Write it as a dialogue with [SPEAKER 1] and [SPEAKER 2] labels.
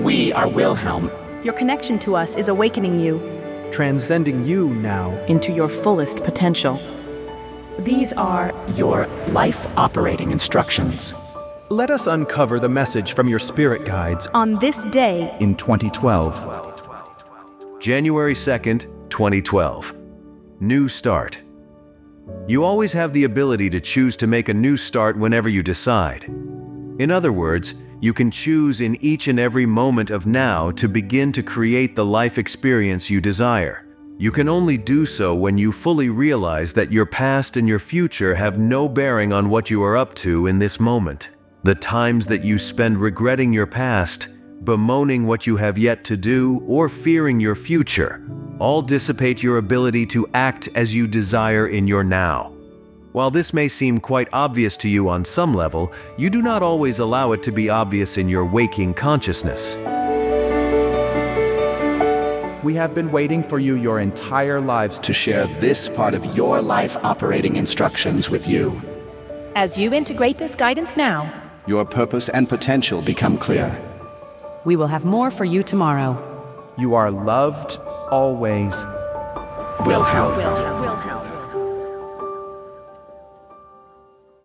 [SPEAKER 1] We are Wilhelm.
[SPEAKER 2] Your connection to us is awakening you
[SPEAKER 3] transcending you now.
[SPEAKER 4] into your fullest potential.
[SPEAKER 2] These are
[SPEAKER 1] Your life operating instructions.
[SPEAKER 3] Let us uncover the message from your spirit guides.
[SPEAKER 2] on this day
[SPEAKER 5] in 2012.
[SPEAKER 6] January 2nd, 2012. New start. You always have the ability to choose to make a new start whenever you decide. In other words, you can choose in each and every moment of now to begin to create the life experience you desire. You can only do so when you fully realize that your past and your future have no bearing on what you are up to in this moment. The times that you spend regretting your past, bemoaning what you have yet to do, or fearing your future all dissipate your ability to act as you desire in your now. While this may seem quite obvious to you on some level, you do not always allow it to be obvious in your waking consciousness.
[SPEAKER 5] We have been waiting for you your entire lives to
[SPEAKER 1] To share this part of your life operating instructions with you,
[SPEAKER 7] As you integrate this guidance now,
[SPEAKER 1] your purpose and potential become clear.
[SPEAKER 7] we will have more for you tomorrow.
[SPEAKER 5] You are loved always.
[SPEAKER 1] Wilhelm.
[SPEAKER 2] Wilhelm.